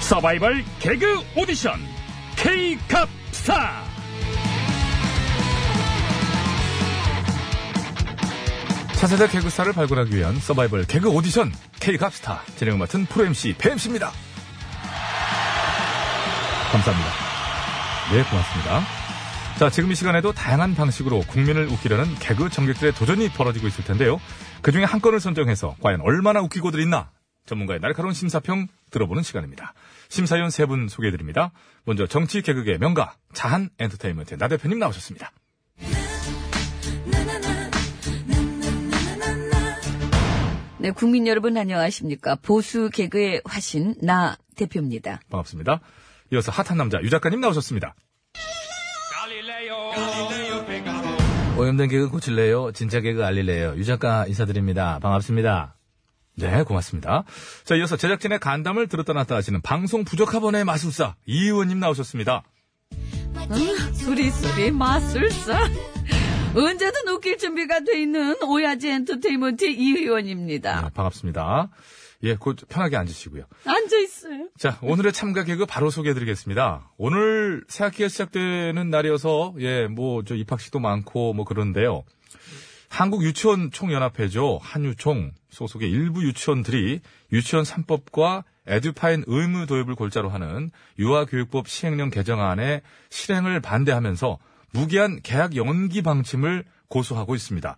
서바이벌 개그 오디션 K캅스타 차세대 개그스타를 발굴하기 위한 서바이벌 개그 오디션 K갑스타 진행을 맡은 프로 MC 배MC입니다. 감사합니다. 네, 고맙습니다. 자, 지금 이 시간에도 다양한 방식으로 국민을 웃기려는 개그 전객들의 도전이 벌어지고 있을 텐데요. 그 중에 한 건을 선정해서 과연 얼마나 웃기고들 있나 전문가의 날카로운 심사평 들어보는 시간입니다. 심사위원 세 분 소개해드립니다. 먼저 정치 개그계 명가 자한 엔터테인먼트의 나 대표님 나오셨습니다. 네, 국민 여러분 안녕하십니까. 보수 개그의 화신, 나 대표입니다. 반갑습니다. 이어서 핫한 남자 유 작가님 나오셨습니다. 오염된 개그 고칠래요? 진짜 개그 알릴래요? 유 작가 인사드립니다. 반갑습니다. 네, 고맙습니다. 자, 이어서 제작진의 간담을 들었다 놨다 하시는 방송 부적합원의 마술사 이 의원님 나오셨습니다. 수리수리 마술사. 언제든 웃길 준비가 돼 있는 오야지 엔터테인먼트 이 네, 의원입니다. 반갑습니다. 예, 곧 편하게 앉으시고요. 네. 앉아있어요. 자, 오늘의 참가 개그 바로 소개해드리겠습니다. 오늘 새학기가 시작되는 날이어서 예, 뭐 저 입학식도 많고 뭐 그런데요. 한국 유치원 총연합회죠. 한유총 소속의 일부 유치원들이 유치원 3법과 에듀파인 의무 도입을 골자로 하는 유아교육법 시행령 개정안의 실행을 반대하면서 무기한 계약 연기 방침을 고수하고 있습니다.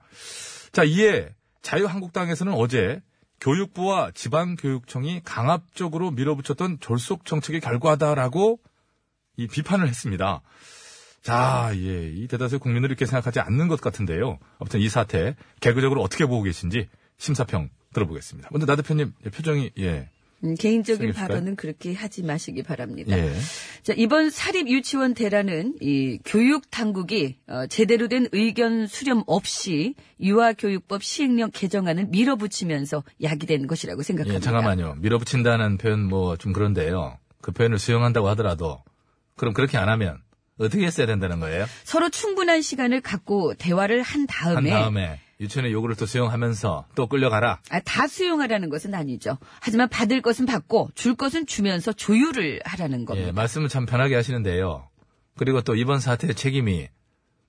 자, 이에 자유한국당에서는 어제 교육부와 지방교육청이 강압적으로 밀어붙였던 졸속 정책의 결과다라고 이 비판을 했습니다. 자, 예, 이 대다수의 국민들이 이렇게 생각하지 않는 것 같은데요. 아무튼 이 사태 개그적으로 어떻게 보고 계신지 심사평 들어보겠습니다. 먼저 나 대표님 예, 표정이 예, 음, 개인적인 쓰겠을까요? 발언은 그렇게 하지 마시기 바랍니다. 예, 자, 이번 사립 유치원 대란은 이 교육 당국이 어, 제대로 된 의견 수렴 없이 유아교육법 시행령 개정안을 밀어붙이면서 야기된 것이라고 생각합니다. 예, 잠깐만요. 밀어붙인다는 표현 뭐 좀 그런데요. 그 표현을 수용한다고 하더라도 그럼 그렇게 안 하면 어떻게 했어야 된다는 거예요? 서로 충분한 시간을 갖고 대화를 한 한 다음에, 다음에 유치원의 요구를 또 수용하면서 또 끌려가라. 아, 다 수용하라는 것은 아니죠. 하지만 받을 것은 받고 줄 것은 주면서 조율을 하라는 겁니다. 예, 말씀을 참 편하게 하시는데요. 그리고 또 이번 사태의 책임이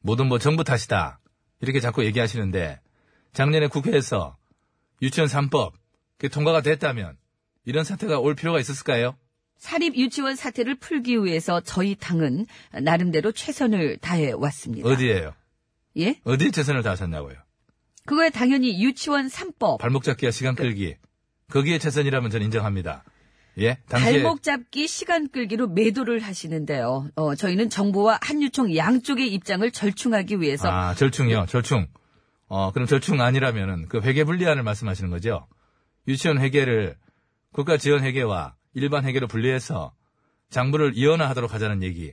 모든 뭐 정부 탓이다. 이렇게 자꾸 얘기하시는데 작년에 국회에서 유치원 3법 그게 통과가 됐다면 이런 사태가 올 필요가 있었을까요? 사립 유치원 사태를 풀기 위해서 저희 당은 나름대로 최선을 다해 왔습니다. 어디에요? 예? 어디에 최선을 다하셨냐고요? 그거에 당연히 유치원 3법 발목 잡기와 시간 끌기. 거기에 최선이라면 전 인정합니다. 예? 당시에 발목 잡기 시간 끌기로 매도를 하시는데요. 어, 저희는 정부와 한유총 양쪽의 입장을 절충하기 위해서 아, 절충이요. 절충. 어, 그럼 절충 아니라면은 그 회계 분리안을 말씀하시는 거죠? 유치원 회계를 국가 지원 회계와 일반 회계로 분리해서 장부를 이원화하도록 하자는 얘기.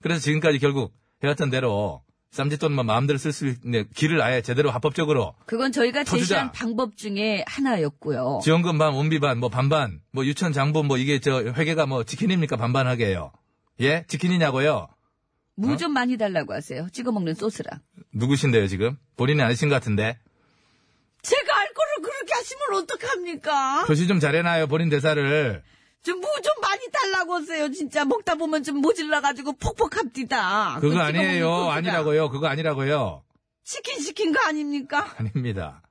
그래서 지금까지 결국 해왔던 대로 쌈짓돈만 마음대로 쓸 수 있는 길을 아예 제대로 합법적으로 그건 저희가 터주자. 제시한 방법 중에 하나였고요. 지원금 반, 원비 반, 뭐 반반, 뭐 유치원 장부 뭐 이게 저 회계가 뭐 지킨입니까 반반하게요? 예? 지킨이냐고요? 무 좀 많이 달라고 하세요. 찍어 먹는 소스랑. 누구신데요 지금? 본인이 아니신 것 같은데. 제가 알 거를 그렇게 하시면 어떡합니까? 표시 좀 잘해놔요 본인 대사를. 좀 무 좀 많이 달라고 하세요. 진짜 먹다 보면 좀 모질라가지고 퍽퍽합디다. 그거 아니에요. 아니라고요. 그거 아니라고요. 치킨 시킨 거 아닙니까? 아닙니다.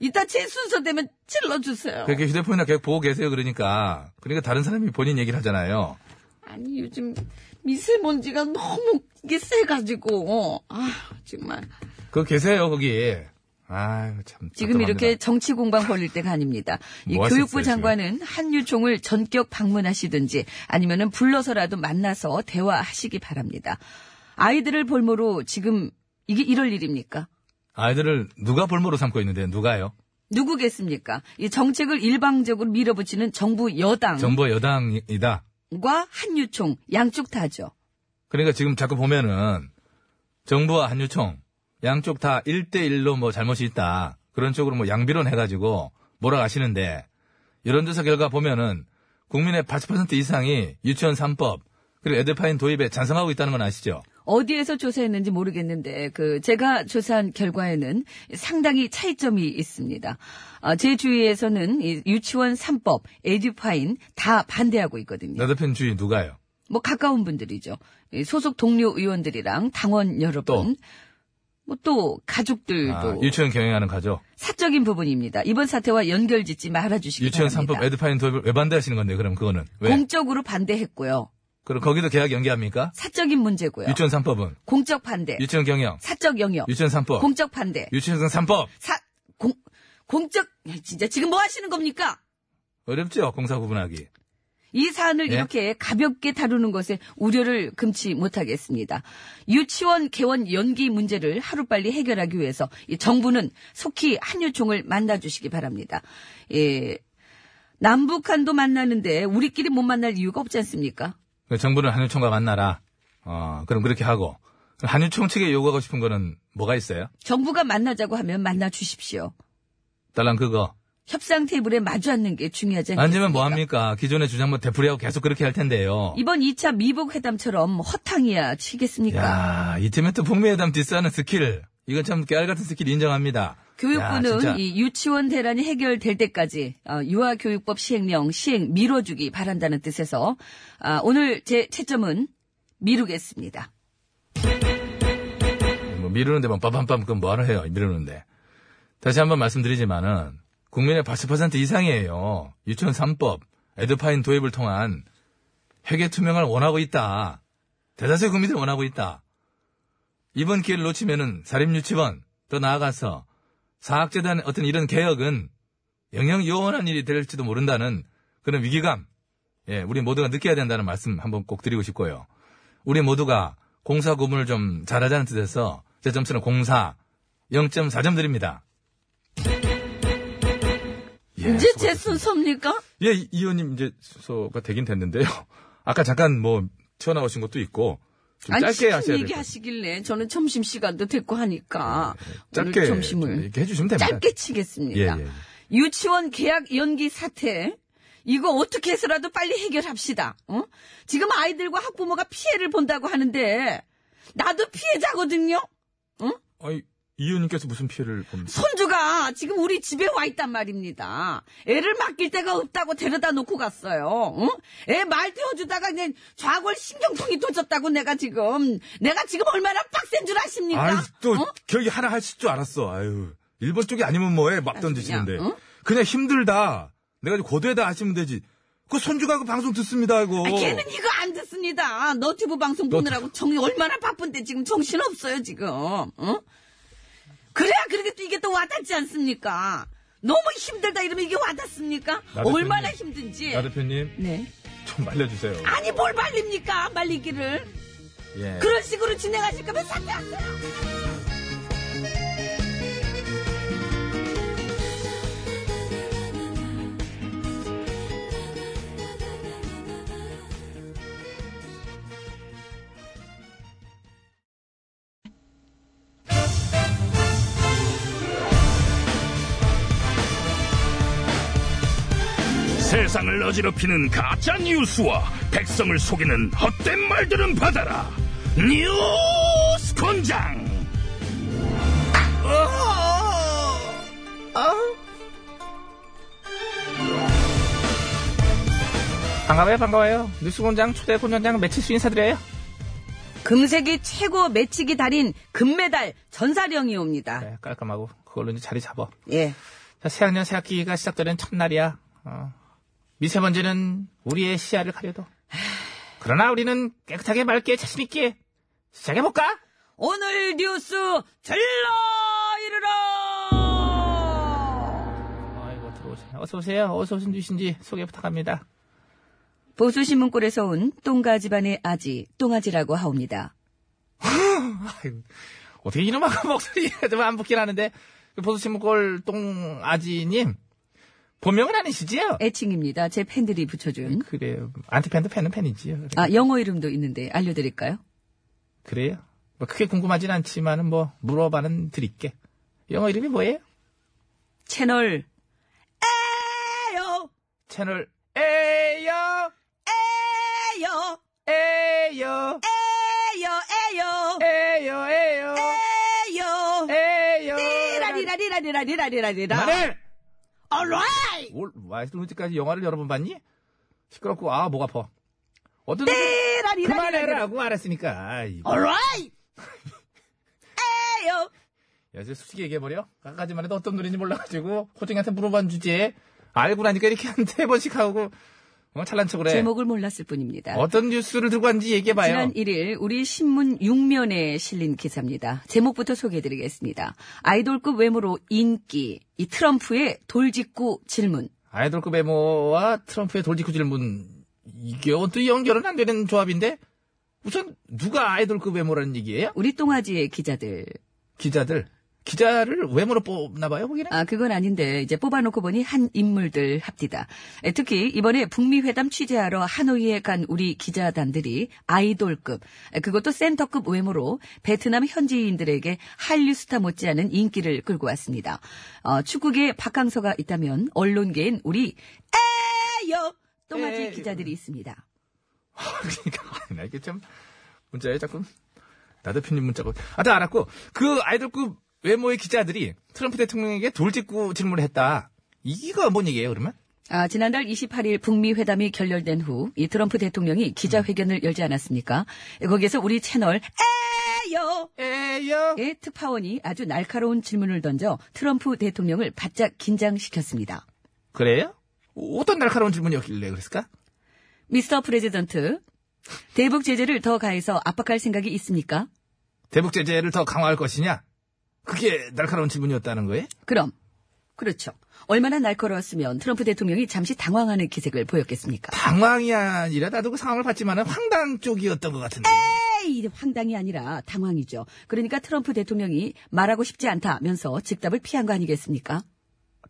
이따 제 순서 되면 찔러주세요. 그렇게 휴대폰이나 계속 보고 계세요. 그러니까. 그러니까 다른 사람이 본인 얘기를 하잖아요. 아니 요즘 미세먼지가 너무 이게 세가지고 어, 아 정말 그거 계세요. 거기. 아유, 참. 지금 이렇게 답답합니다. 정치 공방 걸릴 때가 아닙니다. 이 뭐 하셨어요, 교육부 장관은 한유총을 전격 방문하시든지 아니면은 불러서라도 만나서 대화하시기 바랍니다. 아이들을 볼모로 지금 이게 이럴 일입니까? 아이들을 누가 볼모로 삼고 있는데 누가요? 누구겠습니까? 이 정책을 일방적으로 밀어붙이는 정부 여당과 정부 여당이다. 한유총 양쪽 다죠. 그러니까 지금 자꾸 보면은 정부와 한유총 양쪽 다 1대1로 뭐 잘못이 있다. 그런 쪽으로 뭐 양비론 해가지고 몰아가시는데 여론조사 결과 보면은 국민의 80% 이상이 유치원 3법 그리고 에드파인 도입에 찬성하고 있다는 건 아시죠? 어디에서 조사했는지 모르겠는데 그 제가 조사한 결과에는 상당히 차이점이 있습니다. 아, 제 주위에서는 이 유치원 3법, 에듀파인 다 반대하고 있거든요. 나 대표님 주위 누가요? 뭐 가까운 분들이죠. 이 소속 동료 의원들이랑 당원 여러분. 뭐그 또 가족들도 아, 유치원 경영하는 가족. 사적인 부분입니다. 이번 사태와 연결 짓지 말아주시기 유치원 바랍니다. 3법 에드파인 도입을 왜 반대하시는 건데 그럼 그거는 왜? 공적으로 반대했고요. 그럼 거기도 계약 연기합니까? 사적인 문제고요. 유치원 3법은 공적 반대. 유치원 경영, 사적 영역. 유치원 3법, 예. 공적 반대. 유치원 3법 사, 공, 공적, 진짜 지금 뭐 하시는 겁니까? 어렵죠 공사 구분하기. 이 사안을 예? 이렇게 가볍게 다루는 것에 우려를 금치 못하겠습니다. 유치원 개원 연기 문제를 하루빨리 해결하기 위해서 이 정부는 속히 한유총을 만나주시기 바랍니다. 예, 남북한도 만나는데 우리끼리 못 만날 이유가 없지 않습니까? 그 정부는 한유총과 만나라. 어 그럼 그렇게 하고 한유총 측에 요구하고 싶은 거는 뭐가 있어요? 정부가 만나자고 하면 만나 주십시오. 딸랑 그거 협상 테이블에 마주 앉는 게 중요하지 않겠습니까? 앉으면 뭐 합니까? 기존의 주장 뭐 대풀이하고 계속 그렇게 할 텐데요. 이번 2차 미북 회담처럼 뭐 허탕이야 치겠습니까? 야 이쯤에 또 북미 회담 디스하는 스킬 이건 참 깨알 같은 스킬 인정합니다. 야, 교육부는 진짜. 이 유치원 대란이 해결될 때까지 어, 유아교육법 시행령 시행 미뤄주기 바란다는 뜻에서 아, 오늘 제 채점은 미루겠습니다. 뭐 미루는데 막 빠밤빰 그건 뭐하러 해요 미루는데 다시 한번 말씀드리지만은 국민의 80% 이상이에요 유치원 3법 에드파인 도입을 통한 회계 투명을 원하고 있다 대다수의 국민들이 원하고 있다 이번 기회를 놓치면은 사립유치원 더 나아가서 사학재단의 어떤 이런 개혁은 영영 요원한 일이 될지도 모른다는 그런 위기감 예 우리 모두가 느껴야 된다는 말씀 한번 꼭 드리고 싶고요 우리 모두가 공사 구분을 좀 잘하자는 뜻에서 제 점수는 공사 0.4점 드립니다. 네, 예, 이제 제 수고하셨습니다. 순서입니까? 예, 이- 이 의원님 이제 순서가 되긴 됐는데요. 아까 잠깐 뭐 튀어나오신 것도 있고 좀 아니 짧게 시킨 하셔야 얘기 될것 같아요. 하시길래 저는 점심 시간도 됐고 하니까 오늘 네, 짧게 좀 점심을 이렇게 해주시면 됩니다. 짧게 예, 치겠습니다. 예. 유치원 계약 연기 사태. 이거 어떻게 해서라도 빨리 해결합시다. 어? 지금 아이들과 학부모가 피해를 본다고 하는데 나도 피해자거든요. 아니, 이 의원님께서 무슨 피해를 봅니까? 손주가 지금 우리 집에 와 있단 말입니다. 애를 맡길 데가 없다고 데려다 놓고 갔어요. 응? 애말 태워주다가 그냥 좌골 신경통이 도졌다고 내가 지금 내가 지금 얼마나 빡센 줄 아십니까? 아이, 또, 어? 기억이 하나 하실 줄 알았어. 아유. 일본 쪽이 아니면 뭐해? 막 던지시는데. 응? 그냥 힘들다. 내가 이제 고대다 하시면 되지. 그 손주가 그 방송 듣습니다, 하고. 아, 걔는 이거 안 듣습니다. 너튜브 방송 보느라고 정이 얼마나 바쁜데 지금 정신 없어요 지금. 응? 그래야 그렇게 또 이게 또 와닿지 않습니까? 너무 힘들다 이러면 이게 와닿습니까? 나도 얼마나 힘들- 힘든지. 나 대표님, 네. 좀 말려주세요. 아니 뭘 말립니까? 안 말리기를. 예. 그런 식으로 진행하실 거면 사퇴하세요. 세상을 어지럽히는 가짜 뉴스와 백성을 속이는 헛된 말들은 받아라. 뉴스 권장. 반가워요, 반가워요. 뉴스공장 초대 공장장 매치수 인사드려요. 금세기 최고 매치기 달인 금메달 전사령이 옵니다. 네, 깔끔하고 그걸로 이제 자리 잡아. 예. 자, 새학년 새학기가 시작되는 첫날이야. 어, 미세먼지는 우리의 시야를 가려도. 그러나 우리는 깨끗하게 맑게 자신있게 시작해볼까? 오늘 뉴스 전라 이르러 아이고, 들어오세요. 어서오세요. 어서 오신 주신지 소개 부탁합니다. 보수신문골에서 온 똥가 집안의 아지 똥아지라고 하옵니다. 아이고, 어떻게 이놈아가 목소리가 좀 안 붙긴 하는데, 그 보수신문골 똥아지님, 본명은 아니시지요? 애칭입니다. 제 팬들이 붙여준. 네, 그래요. 안티팬도 팬은 팬이지요. 아 영어 이름도 있는데 알려드릴까요? 그래요? 뭐 크게 궁금하진 않지만은 뭐, 물어봐는 드릴게. 영어 이름이 뭐예요? 채널 에요 채널 에요 에요 에요 에요 에요 리라리라리라리라리라. 말해! Alright! 올, 와이스 루즈까지 영화를 여러 번 봤니? 시끄럽고, 아, 목 아파. 어떤, 네, 리라리라리라. 그만해라고 알았으니까. 아이, Alright! 에요. 야, 이제 솔직히 얘기해버려? 아까까지만 해도 어떤 노래인지 몰라가지고, 호정이한테 물어본 주제에, 알고 나니까 이렇게 한 세 번씩 하고, 어, 찰난 척을 해. 제목을 몰랐을 뿐입니다. 어떤 뉴스를 들고 왔는지 얘기해봐요. 지난 1일 우리 신문 6면에 실린 기사입니다. 제목부터 소개해드리겠습니다. 아이돌급 외모로 인기 이 트럼프의 돌직구 질문. 아이돌급 외모와 트럼프의 돌직구 질문 이게 어떻게 연결은 안 되는 조합인데 우선 누가 아이돌급 외모라는 얘기예요? 우리 똥아지의 기자들. 기자들 기자를 외모로 뽑나봐요 거기는? 아 그건 아닌데 이제 뽑아놓고 보니 한 인물들 합디다. 에, 특히 이번에 북미 회담 취재하러 하노이에 간 우리 기자단들이 아이돌급 에, 그것도 센터급 외모로 베트남 현지인들에게 한류 스타 못지않은 인기를 끌고 왔습니다. 어, 축구계 박항서가 있다면 언론계엔 우리 에요 똥아지 에이. 기자들이 있습니다. 그러니까 나 이게 참 문자에 자꾸 나 대표님 문자고 아다 알았고 그 아이돌급 외모의 기자들이 트럼프 대통령에게 돌직구 질문을 했다 이기가 뭔 얘기예요 그러면? 아, 지난달 28일 북미 회담이 결렬된 후 이 트럼프 대통령이 기자회견을 열지 않았습니까? 거기에서 우리 채널 에요 에요 의 특파원이 아주 날카로운 질문을 던져 트럼프 대통령을 바짝 긴장시켰습니다. 그래요? 어떤 날카로운 질문이었길래 그랬을까? 미스터 프레지던트, 대북 제재를 더 가해서 압박할 생각이 있습니까? 대북 제재를 더 강화할 것이냐? 그게 날카로운 질문이었다는 거예요? 그럼, 그렇죠. 얼마나 날카로웠으면 트럼프 대통령이 잠시 당황하는 기색을 보였겠습니까? 당황이 아니라 나도 그 상황을 봤지만 황당 쪽이었던 것 같은데. 에이, 황당이 아니라 당황이죠. 그러니까 트럼프 대통령이 말하고 싶지 않다면서 즉답을 피한 거 아니겠습니까?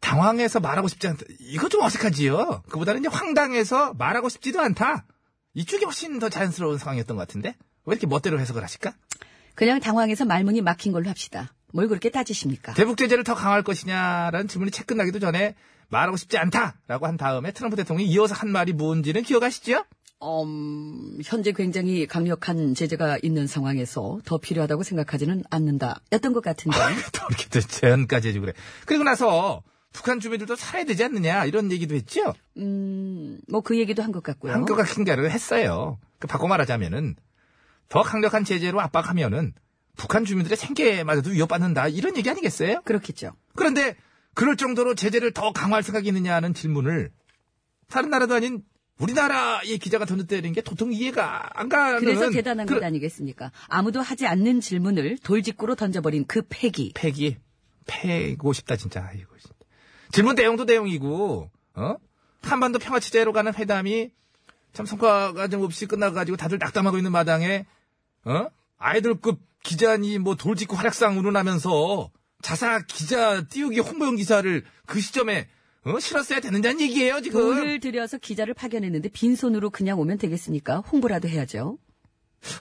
당황해서 말하고 싶지 않다. 이거 좀 어색하지요. 그보다는 이제 황당해서 말하고 싶지도 않다. 이쪽이 훨씬 더 자연스러운 상황이었던 것 같은데. 왜 이렇게 멋대로 해석을 하실까? 그냥 당황해서 말문이 막힌 걸로 합시다. 뭘 그렇게 따지십니까? 대북 제재를 더 강화할 것이냐라는 질문이 채 끝나기도 전에 말하고 싶지 않다라고 한 다음에 트럼프 대통령이 이어서 한 말이 뭔지는 기억하시죠? 음, 현재 굉장히 강력한 제재가 있는 상황에서 더 필요하다고 생각하지는 않는다. 였던 것 같은데. 또 이렇게 또 제안까지 해주고 그래. 그리고 나서 북한 주민들도 살아야 되지 않느냐 이런 얘기도 했죠. 음, 뭐 그 얘기도 한 것 같고요. 한국과 킹가를 했어요. 그 바꿔 말하자면은 더 강력한 제재로 압박하면은 북한 주민들의 생계마저도 위협받는다 이런 얘기 아니겠어요? 그렇겠죠. 그런데 그럴 정도로 제재를 더 강화할 생각이 있느냐는 질문을 다른 나라도 아닌 우리나라의 기자가 던졌다는 게 도통 이해가 안 가는 그래서 대단한 그런 것 아니겠습니까? 아무도 하지 않는 질문을 돌직구로 던져버린 그 패기. 패기 패고 싶다 진짜 아이고 진짜. 질문 내용도 내용이고 어 한반도 평화 체제로 가는 회담이 참 성과가 좀 없이 끝나가지고 다들 낙담하고 있는 마당에 어 아이돌급 기자니 뭐 돌직구 활약상 운운하면서 자사 기자 띄우기 홍보용 기사를 그 시점에 어 실었어야 되는다는 얘기예요 지금 돈을 들여서 기자를 파견했는데 빈손으로 그냥 오면 되겠습니까? 홍보라도 해야죠.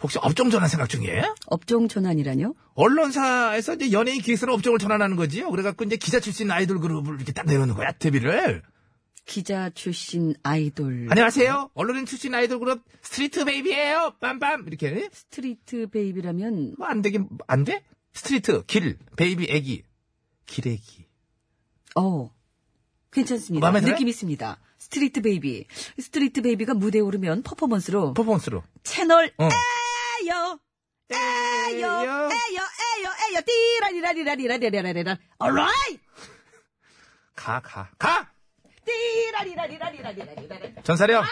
혹시 업종 전환 생각 중이에요? 업종 전환이라뇨? 언론사에서 이제 연예인 기획사로 업종을 전환하는 거지요. 그래갖고 이제 기자 출신 아이돌 그룹을 이렇게 딱 내놓는 거야 데뷔를. 기자 출신 아이돌. 안녕하세요. 언론인 출신 아이돌 그룹 스트리트 베이비예요. 빰빰 이렇게 스트리트 베이비라면 뭐 안 되긴 안 돼? 스트리트 길 베이비 애기 길애기 어. 괜찮습니다. 마음에 들어요? 느낌 있습니다. 스트리트 베이비. 스트리트 베이비가 무대에 오르면 퍼포먼스로 퍼포먼스로. 채널 어. 에요. 에요. 에요. 에요. 에요. 에요. 띠라리라리라리라리라리라. alright. 가 가. 가. 띠라리라리라리라리라리라. 전사령.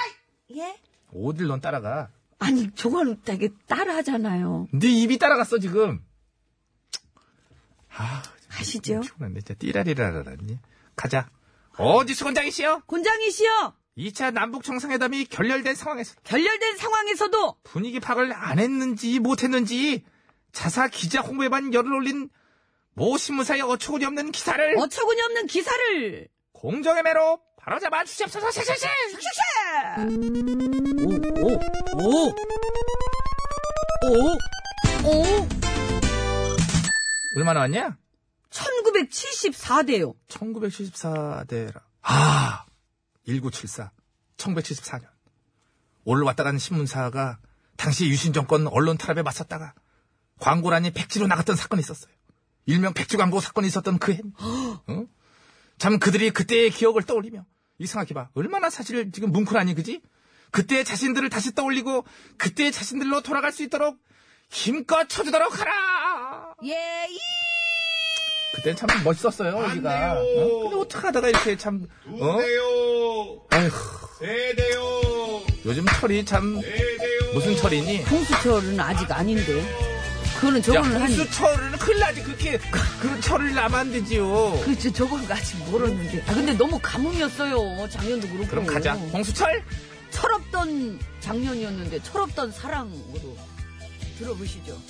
예? 어딜 넌 따라가. 아니, 저건 되게 따라하잖아요. 네 입이 따라갔어 지금. 아, 아시죠? 피곤한데 진짜 띠라리라라라니. 가자. 어디 수건장이시여? 곤장이시여. 2차 남북 정상회담이 결렬된 상황에서 결렬된 상황에서도 분위기 파악을 안 했는지 못했는지 자사 기자 홍보에만 열을 올린 모 신문사의 어처구니 없는 기사를 어처구니 없는 기사를 공정의 매로 바로잡아 주시옵소서 씩씩씩 오오오오 얼마 나왔냐? 1974대요. 1974대라 아 1974 1974년 올라왔다간 신문사가 당시 유신 정권 언론 탄압에 맞섰다가 광고란이 백지로 나갔던 사건이 있었어요 일명 백주광고 사건이 있었던 그 해. 어? 참 그들이 그때의 기억을 떠올리며 이 생각해봐 얼마나 사실 지금 뭉클하니 그지? 그때의 자신들을 다시 떠올리고 그때의 자신들로 돌아갈 수 있도록 힘껏 쳐주도록 하라. 예, 이 그땐 참 멋있었어요 여기가. 돼요. 어? 근데 어떻게 하다가 이렇게 참 어? 두대요 아휴, 세대요 요즘 철이 참 세대요 무슨 철이니? 홍수철은 아직 아닌데. 그거는 야, 저거는 한, 홍수 철은 큰일 나지 그렇게 그- 그 철을 나면 안 되지요. 그, 저, 저건 아직 멀었는데. 아, 근데 너무 가뭄이었어요. 작년도 그렇고. 그럼 가자. 홍수철? 철없던 작년이었는데, 철없던 사랑으로 들어보시죠.